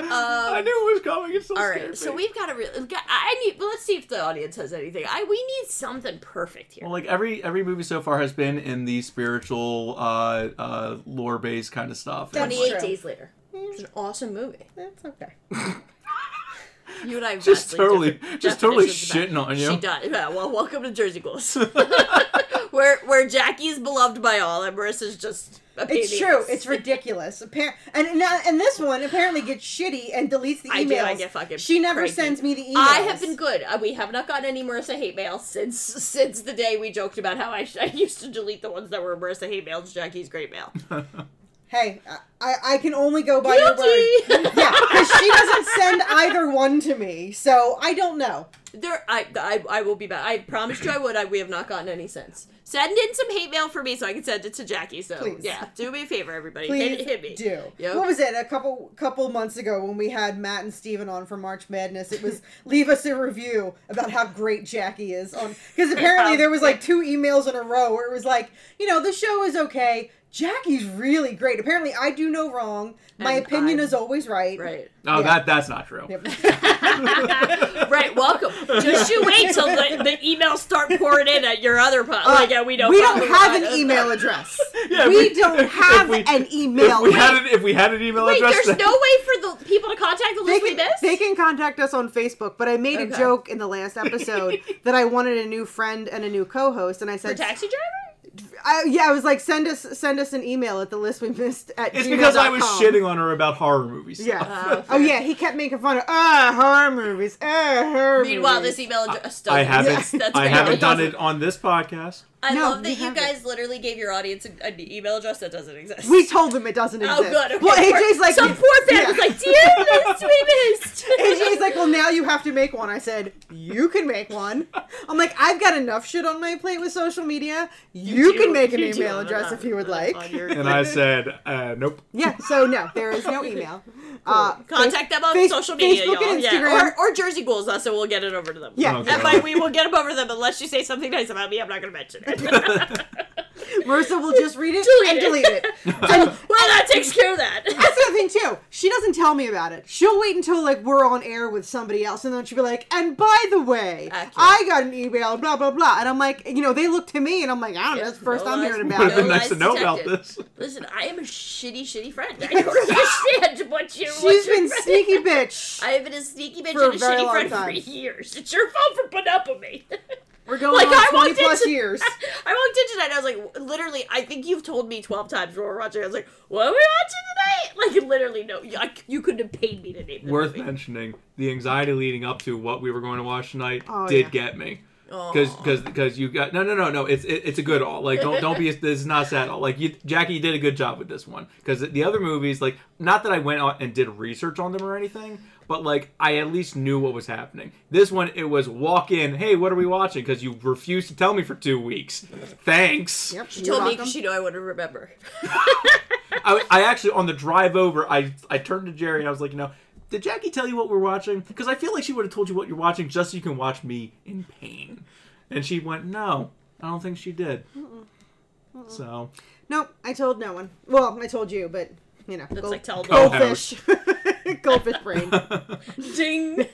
S9: I knew it was coming. It's so
S8: All
S9: scary.
S8: right, so we've got to really. I need. well, Let's see if the audience has anything. I we need something perfect here.
S9: Well, like every every movie so far has been in the spiritual, uh, uh, lore based kind of stuff. And,
S8: Twenty eight
S9: like,
S7: true.
S8: days later. It's an awesome movie.
S7: That's okay.
S8: You and I have
S9: Just
S8: vastly
S9: totally-
S8: different
S9: just totally
S8: definitions of
S9: shitting
S8: that.
S9: on you.
S8: She does. Yeah, well, welcome to Jersey Ghouls, where where Jackie is beloved by all, and Marissa's just a pain
S7: It's
S8: in the
S7: true.
S8: ass.
S7: It's ridiculous. Appar- and and now- and this one apparently gets shitty and deletes the emails.
S8: I do. I get fucking.
S7: She never
S8: cranky.
S7: sends me the emails.
S8: I have been good. Uh, We have not gotten any Marissa hate mail since since the day we joked about how I, sh- I used to delete the ones that were Marissa hate mails. Jackie's great mail.
S7: Hey, I- I I can only go by your
S8: Guilty.
S7: word. Yeah, because she doesn't send either one to me, so I don't know.
S8: There, I, I, I will be back. I promised you I would. I, we have not gotten any since. Send in some hate mail for me so I can send it to Jackie. So
S7: Please.
S8: yeah, do me a favor, everybody.
S7: Please
S8: hit, hit me.
S7: do.
S8: Yep.
S7: What was it? A couple couple months ago when we had Matt and Steven on for March Madness, it was leave us a review about how great Jackie is on because apparently there was like two emails in a row where it was like, you know, the show is okay. Jackie's really great. Apparently, I do no wrong. My
S8: And
S7: opinion
S8: I'm-
S7: is always right.
S8: Right.
S9: Oh,
S7: Yeah.
S9: that that's not true.
S8: Right. Welcome. Just you wait till the, the emails start pouring in at your other pod. like yeah, we don't.
S7: We don't
S8: probably
S7: have
S8: not.
S7: an email address.
S9: Yeah,
S7: we,
S9: if
S7: don't
S9: if- if
S7: have
S9: we-
S7: an email.
S9: If we had an, if we had an email
S8: Wait,
S9: address,
S8: there's
S9: then-
S8: no way for the people to contact the
S7: they
S8: list we
S7: can,
S8: missed.
S7: they can contact us on Facebook, but I made a
S8: Okay.
S7: joke in the last episode that I wanted a new friend and a new co-host, and I
S8: For
S7: said
S8: taxi driver.
S7: I, yeah, I was like, send us send us an email at the list we missed at.
S9: It's because I was
S7: gmail.com.
S9: shitting on her about horror movies.
S7: Yeah. oh yeah, he kept making fun of ah horror movies, ah horror.
S8: Meanwhile,
S7: movies.
S8: this email address doesn't
S9: I haven't.
S8: exist. That's
S9: I
S8: great.
S9: haven't done it on this podcast.
S8: I
S7: No,
S8: love that
S7: we
S8: you
S7: haven't.
S8: guys literally gave your audience a- an email address that doesn't exist.
S7: we told him it doesn't exist.
S8: oh, good. Okay.
S7: Well,
S8: Poor-
S7: AJ's like
S8: some poor fan
S7: Yeah.
S8: was like, "Dear list, we missed."
S7: AJ's like, well, now you have to make one. I said, you can make one. I'm like, I've got enough shit on my plate with social media. You,
S8: do-
S7: can make an
S8: you do
S7: email
S8: have
S7: address
S8: enough
S7: if you would
S8: on
S7: like.
S8: your-
S9: And I said, uh, nope.
S7: Yeah, so no, there is no email. Uh,
S8: Contact them on
S7: Face-
S8: social media,
S7: Facebook
S8: y'all.
S7: and
S8: Yeah.
S7: Instagram.
S8: Or, or Jersey Ghouls us, and we'll get it over to them.
S7: Yeah.
S9: Okay.
S8: And by we will get them over to them unless you say something nice about me. I'm not going to mention it. well,
S7: Marissa will just read it
S8: Delete
S7: and
S8: it.
S7: delete it. and
S8: that takes care of that.
S7: that's the other thing too. She doesn't tell me about it. She'll wait until like we're on air with somebody else, and then she'll be like, "And by the way,
S8: Accurate.
S7: I got an email, blah blah blah." And I'm like, you know, they look to me, and I'm like, I don't know. That's the first
S8: No
S7: I'm
S8: lies-
S7: hearing
S8: no
S7: about
S9: Would have
S7: it.
S9: been nice to
S8: lies
S9: know about
S8: detected.
S9: this.
S8: Listen, I am a shitty, shitty friend. I don't understand what you. what
S7: She's
S8: you're
S7: been
S8: friend-
S7: sneaky bitch.
S8: I have been a sneaky bitch
S7: For a
S8: and a
S7: very
S8: shitty
S7: long
S8: friend
S7: time.
S8: for years. It's your fault for putting up with me.
S7: We're going
S8: Like,
S7: on
S8: I walked
S7: 20 plus
S8: into-
S7: years.
S8: I walked in tonight. and I was like, w- literally, I think you've told me twelve times what we're watching. I was like, what are we watching tonight? Like, literally, no, you, I, you couldn't have paid me to name the
S9: Worth
S8: movie.
S9: mentioning, the anxiety leading up to what we were going to watch tonight
S7: Oh,
S9: did
S7: yeah.
S9: get me. Because because you got no no no no it's it, it's a good all like don't don't be this is not sad at all like you Jackie you did a good job with this one because the other movies like not that I went out and did research on them or anything but like I at least knew what was happening this one it was walk in hey what are we watching because you refused to tell me for two weeks thanks
S7: Yep,
S8: She told me because she knew I wouldn't remember.
S9: I, I actually on the drive over, I I turned to Jerry and I was like, you know, did Jackie tell you what we're watching? Because I feel like she would have told you what you're watching just so you can watch me in pain. And she went, no, I don't think she did. So
S7: Nope, I told no one. Well, I told you, but you know,
S8: That's
S7: gold-
S8: like tell
S9: Go.
S8: them.
S7: goldfish, goldfish brain.
S8: Ding.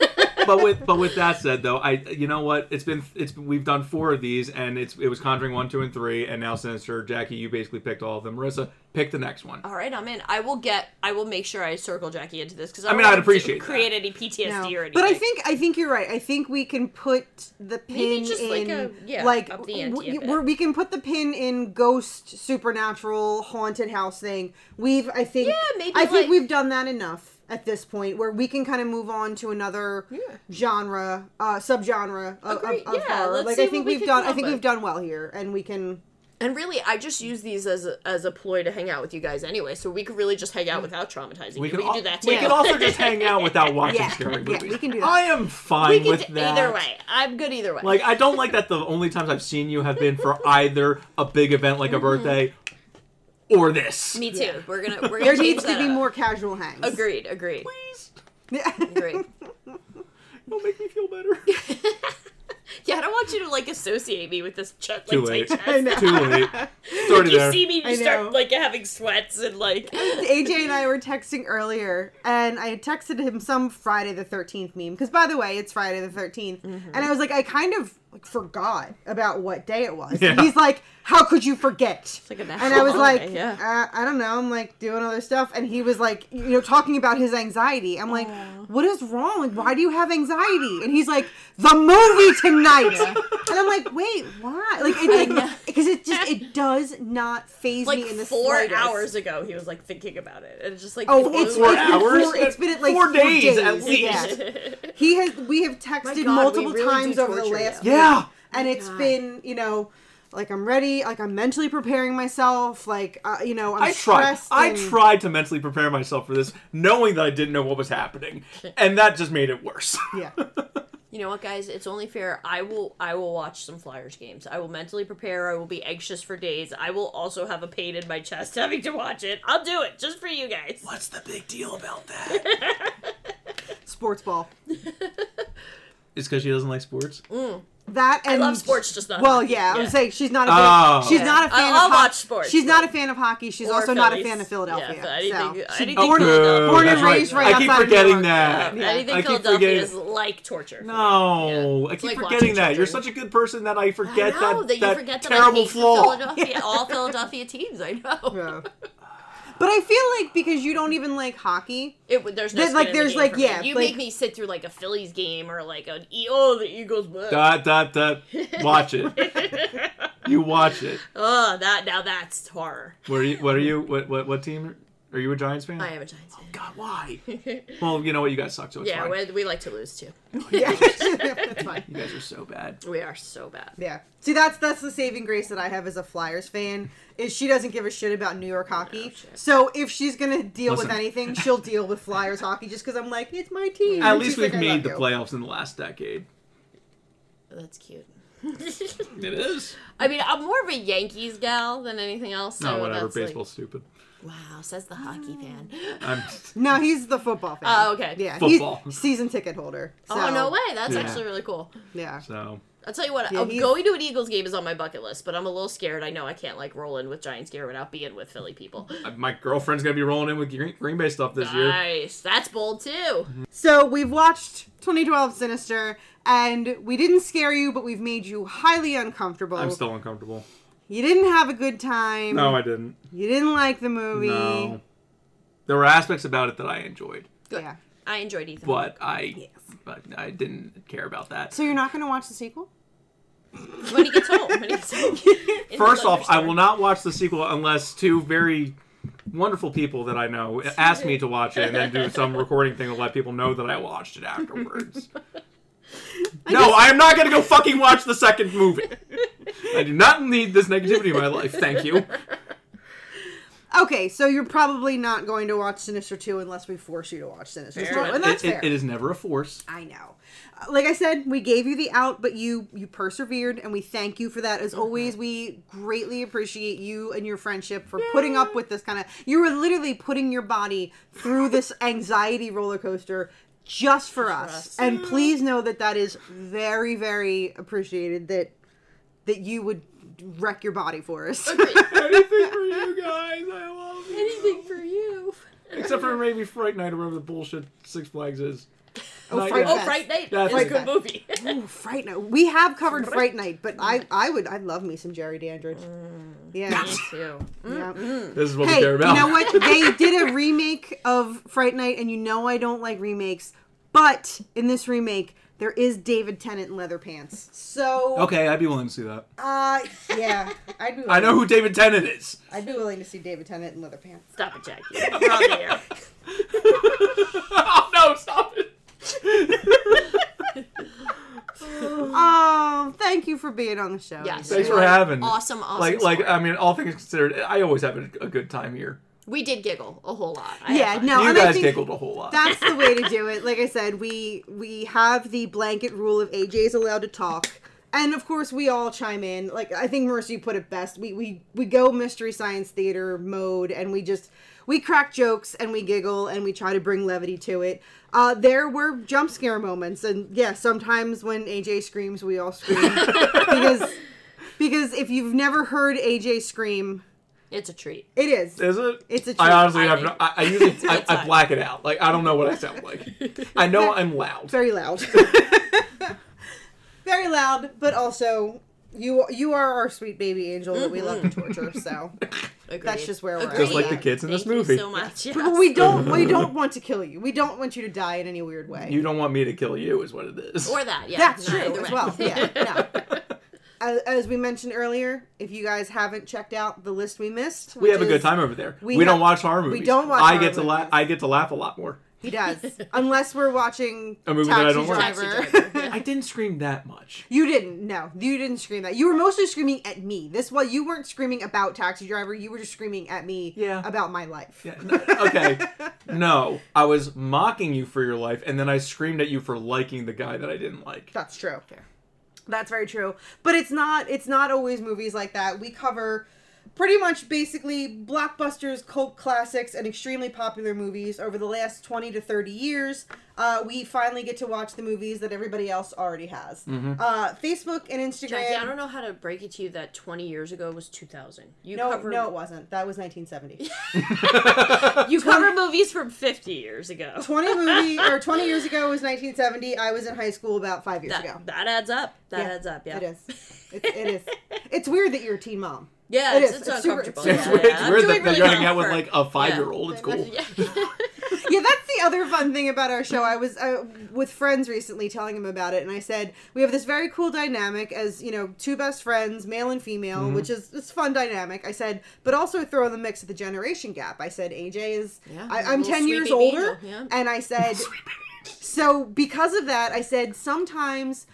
S9: but with but with that said though, I you know what? It's been it's we've done four of these and it's it was Conjuring one, two, and three, and now Sinister. Jackie, you basically picked all of them. Marissa, pick the next one.
S8: All right, I'm in. I will get. I will make sure I circle Jackie into this because I,
S9: I
S8: don't
S9: mean, I'd
S8: want to
S9: appreciate that.
S8: create any PTSD
S7: No.
S8: or anything.
S7: But I think I think you're right. I think we can put the pin
S8: Maybe just
S7: in
S8: like a- yeah,
S7: like,
S8: up the ante
S7: w-
S8: a bit.
S7: we're- we can put the pin in ghost supernatural haunted house thing. We've I think
S8: Yeah, maybe
S7: I think
S8: like-
S7: we've done that enough at this point where we can kind of move on to another genre uh subgenre of, of,
S8: Agreed.
S7: of
S8: Yeah,
S7: horror.
S8: let's
S7: Like
S8: see
S7: I
S8: what
S7: think
S8: we
S7: we've
S8: can
S7: done
S8: come
S7: I think
S8: up
S7: we've
S8: with.
S7: done well here and we can
S8: and really, I just use these as a, as a ploy to hang out with you guys anyway. So we could really just hang
S7: Mm.
S8: out without traumatizing.
S9: We
S8: you.
S9: can,
S8: we
S9: al-
S8: can do that. Too.
S9: we can also just hang out without watching
S7: Yeah.
S9: scary
S7: Yeah,
S9: movies.
S7: we can do that.
S9: I am fine
S8: We can
S9: with
S8: do-
S9: that.
S8: either way. I'm good either way.
S9: Like I don't like that the only times I've seen you have been for either a big event like a birthday or this.
S8: Mm-hmm. me too. We're gonna. We're gonna
S7: there
S8: change
S7: needs to
S8: that
S7: be
S8: up.
S7: more casual hangs.
S8: Agreed. Agreed.
S9: Please
S8: Agreed.
S9: don't make me feel better.
S8: Yeah, I don't want you to like associate me with this chest. Like,
S9: Too
S8: tight
S9: late.
S8: chest.
S9: Too late. It's already
S8: You
S9: there.
S8: see me,
S7: I
S8: you
S7: know.
S8: start like having sweats and like.
S7: AJ and I were texting earlier, and I had texted him some Friday the 13th meme. Because, by the way, it's Friday the 13th.
S8: Mm-hmm.
S7: And I was like, I kind of like, forgot about what day it was. And
S9: Yeah.
S7: he's like, How could you forget?
S8: like a
S7: and
S8: national
S7: I was like,
S8: holiday, yeah.
S7: uh, I don't know. I'm like doing other stuff. And he was like, You know, talking about his anxiety. I'm like, What is wrong? Like, why do you have anxiety? And he's like, The movie tonight. And I'm like, Wait, why? Like, it, like, because it just, it does not phase
S8: like
S7: me in the
S8: four
S7: slightest.
S8: hours ago he was like thinking about it and it's just like
S7: Oh,
S8: blew
S7: it's,
S9: Four
S8: my
S7: it's been
S9: hours?
S7: Four, it's been at like
S9: Four days,
S7: days
S9: at least.
S7: Yeah. he has. We have texted
S8: God,
S7: multiple
S8: we really do
S7: times over the
S8: torture
S7: last
S8: you.
S7: week,
S9: Yeah.
S7: and it's been you know, like I'm ready, like I'm mentally preparing myself, like uh, you know, I'm
S9: I tried.
S7: stressed.
S9: I
S7: and-
S9: tried to mentally prepare myself for this, knowing that I didn't know what was happening, and that just made it worse.
S7: Yeah,
S8: You know what, guys? It's only fair. I will. I will watch some Flyers games. I will mentally prepare. I will be anxious for days. I will also have a pain in my chest having to watch it. I'll do it just for you guys.
S9: What's the big deal about that?
S7: sports ball.
S9: It's because she doesn't like sports.
S8: Mm.
S7: That and
S8: I love sports, just not.
S7: Well,
S8: hockey.
S7: yeah, I
S8: Yeah.
S7: was saying she's not. A fan,
S9: Oh.
S7: She's not a
S8: I-
S7: fan.
S8: I'll
S7: of ho-
S8: watch sports,
S7: She's
S8: but-
S7: not a fan of hockey. She's
S8: Or
S7: also not a
S8: Phillies.
S7: fan of Philadelphia.
S8: Yeah, but anything,
S7: so.
S8: anything
S9: Oh,
S8: Philadelphia.
S7: born and
S9: that's right.
S7: raised right
S9: I keep
S7: outside of New
S9: forgetting
S7: York.
S9: that.
S8: Yeah, Um, Anything
S9: I keep
S8: Philadelphia
S9: forgetting-
S8: is like torture. for me.
S9: No, I
S8: It's
S9: keep
S8: like
S9: forgetting
S8: watching
S9: that. You're
S8: children.
S9: such a good person that I
S8: I
S9: forget
S8: know
S9: that,
S8: that you
S9: that
S8: forget that I
S9: terrible
S8: hate the
S9: flaw.
S8: Philadelphia, all Philadelphia teams. I know.
S7: Yeah. But I feel like because you don't even like hockey,
S8: It would there's no
S7: There's,
S8: skin
S7: like,
S8: in the
S7: there's,
S8: game
S7: like,
S8: for me.
S7: yeah,
S8: You
S7: like-
S8: make me sit through like a Phillies game or like an E oh the Eagles. Blah.
S9: Dot dot dot. Watch it. you watch it.
S8: Oh, that now that's horror.
S9: What are you? What are you? What what what team? Are you a Giants fan?
S8: I am a Giants fan.
S9: God, why? well, you know what? You guys suck, so it's
S8: Yeah,
S9: fine.
S8: we, we like to lose too.
S7: that's fine.
S9: You guys are so bad.
S8: We are so bad.
S7: Yeah. See, that's that's the saving grace that I have as a Flyers fan is she doesn't give a shit about New York
S8: Oh,
S7: hockey. so if she's gonna deal with
S9: Listen.
S7: anything, she'll deal with Flyers hockey just because I'm like it's my team.
S9: At
S7: And
S9: least
S7: she's like,
S9: we've
S7: "I love
S9: made the
S7: you."
S9: playoffs in the last decade.
S8: That's cute.
S9: It is.
S8: I mean, I'm more of a Yankees gal than anything else. So
S9: No, whatever.
S8: Oh, that's, like-
S9: Baseball's Ah. stupid.
S8: wow, says the hockey fan.
S9: I'm.
S7: No, he's the football fan.
S8: Oh, okay.
S7: Yeah,
S9: Football.
S7: he's season ticket holder.
S8: Oh
S7: So,
S8: no way! That's
S9: Yeah.
S8: actually really cool.
S7: Yeah.
S9: So
S8: I'll tell you what,
S7: Yeah,
S8: uh,
S7: he's-
S8: going to an Eagles game is on my bucket list, but I'm a little scared. I know I can't like roll in with Giants gear without being with Philly people.
S9: I- my girlfriend's gonna be rolling in with Green, Green Bay stuff this year.
S8: Nice, that's bold too.
S7: So we've watched 2012 Sinister, and we didn't scare you, but we've made you highly uncomfortable.
S9: I'm still uncomfortable.
S7: You didn't have a good time.
S9: No, I didn't.
S7: You didn't like the movie.
S9: No. There were aspects about it that I enjoyed,
S7: Yeah.
S8: I enjoyed Ethan.
S9: but I, but I didn't care about that.
S7: So you're not going to watch the sequel?
S8: when he gets home. When he gets home. In the
S9: First off, I
S8: thunderstorm.
S9: will not watch the sequel unless two very wonderful people that I know ask me to watch it and then do some recording thing to let people know that I watched it afterwards. no, I am not going to go fucking watch the second movie. I do not need this negativity in my life. Thank you.
S7: Okay, so you're probably not going to watch Sinister 2 unless we force you to watch Sinister 2. And that's
S9: It- it-
S7: fair.
S9: it is never a force.
S7: I know. Uh, Like I said, we gave you the out, but you you persevered, and we thank you for that. As always, we greatly appreciate you and your friendship for putting up with this kind of. You were literally putting your body through this anxiety roller coaster just for us. And please know that that is very very appreciated. That that you would wreck your body for us.
S9: Anything for you guys. I love you.
S8: Anything for you.
S9: Except for maybe Fright Night or whatever the bullshit Six Flags is. Oh,
S7: Fright
S8: Oh,
S7: Yes.
S8: Fright Night is
S9: Yes.
S8: a
S9: Fright
S8: good
S9: Night.
S8: movie.
S7: Ooh, Fright Night. We have covered Fright Night, Mm. but I I would I'd love me some Jerry Dandridge. Yeah.
S8: too.
S7: yeah.
S9: This is what
S7: Hey,
S9: we care
S7: you
S9: about.
S7: know what? They did a remake of Fright Night, and you know I don't like remakes, but in this remake, there is David Tennant in leather pants. So,
S9: Okay, I'd be willing to see that.
S7: uh, yeah, I'd be willing,
S9: I know who David Tennant is.
S7: I'd be willing to see David Tennant in leather pants.
S8: Stop it, Jackie. We're on the air.
S9: oh no, stop it.
S7: Oh, thank you for being on the show.
S8: Yes.
S9: Thanks for having me.
S8: Awesome, awesome.
S9: Like, like
S8: story.
S9: I mean, all things considered, I always have a, a good time here.
S8: we did giggle a whole lot. I
S7: Yeah,
S8: had fun.
S7: no,
S9: you
S7: and I
S9: guys
S7: think-
S9: giggled a whole lot.
S7: That's the way to do it. Like I said, we we have the blanket rule of AJ's allowed to talk. And of course we all chime in. Like I think Marissa you put it best. We we we go mystery science theater mode and we just we crack jokes and we giggle and we try to bring levity to it. Uh, there were jump scare moments and yeah, sometimes when AJ screams we all scream. because because if you've never heard AJ scream,
S8: It's a treat.
S7: it is.
S9: Is it?
S7: It's a
S9: I
S7: treat.
S9: honestly
S8: I
S9: have
S8: think-
S9: no. I, I usually I, I black it out. Like I don't know what I sound like. I know I'm loud.
S7: very loud very loud but also you you are our sweet baby angel that we love to
S9: Mm-hmm.
S7: torture so
S8: Agreed.
S7: that's just where we're
S9: Just
S7: at.
S9: like the kids in this
S8: Thank you
S9: movie.
S8: so much.
S7: But we don't we don't want to kill you we don't want you to die in any weird way
S9: You don't want me to kill you, is what it is.
S8: Or that, yeah.
S7: that's
S8: no,
S7: true
S8: either
S7: as
S8: way.
S7: well yeah no. As, as we mentioned earlier, if you guys haven't checked out the list we missed,
S9: we
S7: which
S9: have a
S7: is-
S9: good time over there.
S7: we
S9: We, don't
S7: have-
S9: watch horror movies.
S7: don't watch
S9: I
S7: horror
S9: get to laugh.
S7: movies.
S9: I get to laugh a lot more.
S7: He does, unless we're watching
S9: A movie that
S7: Taxi
S9: I don't like.
S7: Driver.
S9: Taxi I didn't scream that much.
S7: You didn't. No, you didn't scream that. You were mostly screaming at me. This was you weren't screaming about Taxi Driver. You were just screaming at me.
S9: Yeah.
S7: About my life.
S9: Yeah, no, okay. No, I was mocking you for your life, and then I screamed at you for liking the guy that I didn't like.
S7: That's true. That's very true. But it's not. It's not always movies like that. We cover pretty much basically blockbusters, cult classics, and extremely popular movies over the last twenty to thirty years. Uh, we finally get to watch the movies that everybody else already has.
S9: Mm-hmm.
S7: Uh, Facebook and Instagram.
S8: Jackie, I don't know how to break it to you that 20 years ago was 2000. You
S7: no,
S8: cover
S7: no, it wasn't. That was 1970.
S8: you cover movies from 50 years ago.
S7: 20 movie or 20 years ago was 1970 i was in high school about five years ago
S8: That, that adds up. That adds up. Yeah.
S7: it is it's, it is it's weird that you're a teen mom
S8: Yeah,
S7: It
S8: it's,
S7: is.
S8: it's,
S7: It's super-
S8: uncomfortable.
S9: It's
S7: it's
S8: yeah,
S9: weird, it's
S8: I'm
S9: weird that
S8: doing
S9: they're
S8: really
S9: going
S8: well
S9: out with
S8: for-
S9: like a five year old. It's cool.
S8: Yeah.
S7: yeah, that's the other fun thing about our show. I was uh, with friends recently telling them about it, and I said we have this very cool dynamic as you know, two best friends, male and female,
S9: Mm-hmm.
S7: which is this fun dynamic. I said, but also throw in the mix of the generation gap. I said AJ is
S8: Yeah,
S7: I,
S8: he's a
S7: I'm
S8: little
S7: ten
S8: sweet
S7: years
S8: baby
S7: older,
S8: angel, yeah.
S7: and I said so because of that, I said sometimes.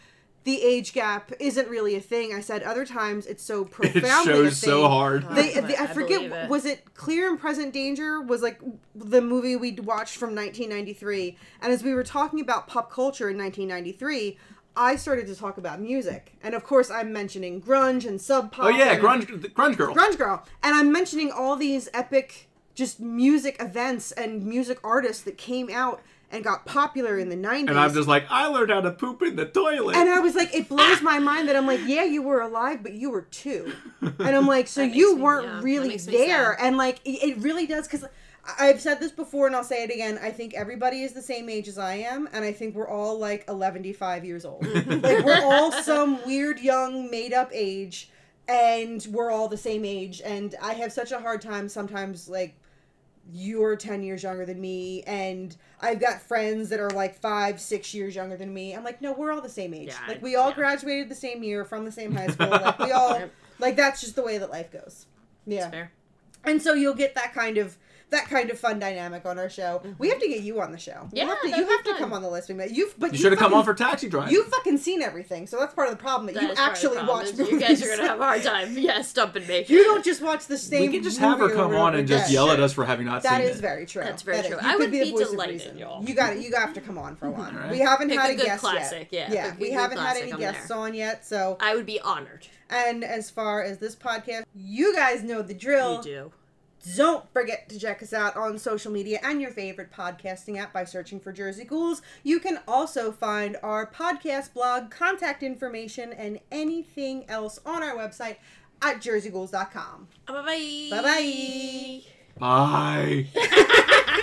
S7: The age gap isn't really a thing. I said other times it's so profoundly.
S9: It
S7: a
S9: shows so
S7: thing
S9: hard.
S7: they,
S8: Oh,
S7: they- I,
S8: I
S7: forget
S8: believe it.
S7: was it Clear and Present Danger was like the movie we watched from 1993 and as we were talking about pop culture in 1993 I started to talk about music and of course I'm mentioning grunge and sub pop
S9: Oh yeah,
S7: and-
S9: grunge, grunge girl.
S7: grunge girl and I'm mentioning all these epic just music events and music artists that came out and got popular in the 90s
S9: And I'm just like, I learned how to poop in the toilet.
S7: and I was like, it blows my mind that I'm like, yeah, you were alive, but you were two. And I'm like, so you
S8: me-
S7: weren't
S8: yeah, that
S7: really
S8: makes me
S7: there.
S8: sad.
S7: And like, it, it really does, because I've said this before and I'll say it again. I think everybody is the same age as I am. And I think we're all like 115 years old. like, we're all some weird, young, made up age. And we're all the same age. And I have such a hard time sometimes, like, you're 10 years younger than me and i've got friends that are like five six years younger than me i'm like no we're all the same age
S8: Yeah,
S7: like we all
S8: yeah.
S7: graduated the same year from the same high school like we all like that's just the way that life goes yeah
S8: Fair.
S7: and so you'll get that kind of that kind of fun dynamic on our show we have to get you on the show We'll
S8: Mm-hmm. Yeah,
S7: have
S8: that'd
S7: to, you
S8: be
S7: have to
S8: fun.
S7: come on the list we met you've but
S9: you should have come
S7: fucking-
S9: on for taxi drive.
S7: you've fucking seen everything so that's part of the problem that,
S8: That
S7: you
S8: is part of the
S7: actually
S8: problem,
S7: watch
S8: is
S7: movies.
S8: You guys are gonna have a hard time. Yeah, stumping me.
S7: you don't just watch the same
S9: we can just have her
S7: movie over
S9: come
S7: over
S9: on and just
S7: again.
S9: yell at us for having not
S7: That
S9: seen
S7: is
S9: it.
S7: very true.
S8: That's very
S7: That is.
S8: true.
S7: You
S8: I
S7: could
S8: would
S7: the
S8: be
S7: voice of
S8: delighted,
S7: reason.
S8: y'all.
S7: You got it. You have to come on for a while.
S9: Alright.
S7: We haven't
S8: Pick
S7: had
S8: a
S7: a
S8: good
S7: guest
S8: classic,
S7: yet.
S8: yeah. Pick a
S7: we
S8: good
S7: haven't had
S8: classic,
S7: any
S8: I'm
S7: guests
S8: there.
S7: on yet. So,
S8: I would be honored.
S7: and as far as this podcast, you guys know the drill.
S8: You do.
S7: Don't forget to check us out on social media and your favorite podcasting app by searching for Jersey Ghouls. You can also find our podcast blog, contact information, and anything else on our website at jerseyghouls.com.
S8: Bye bye.
S7: Bye bye.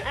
S9: Bye.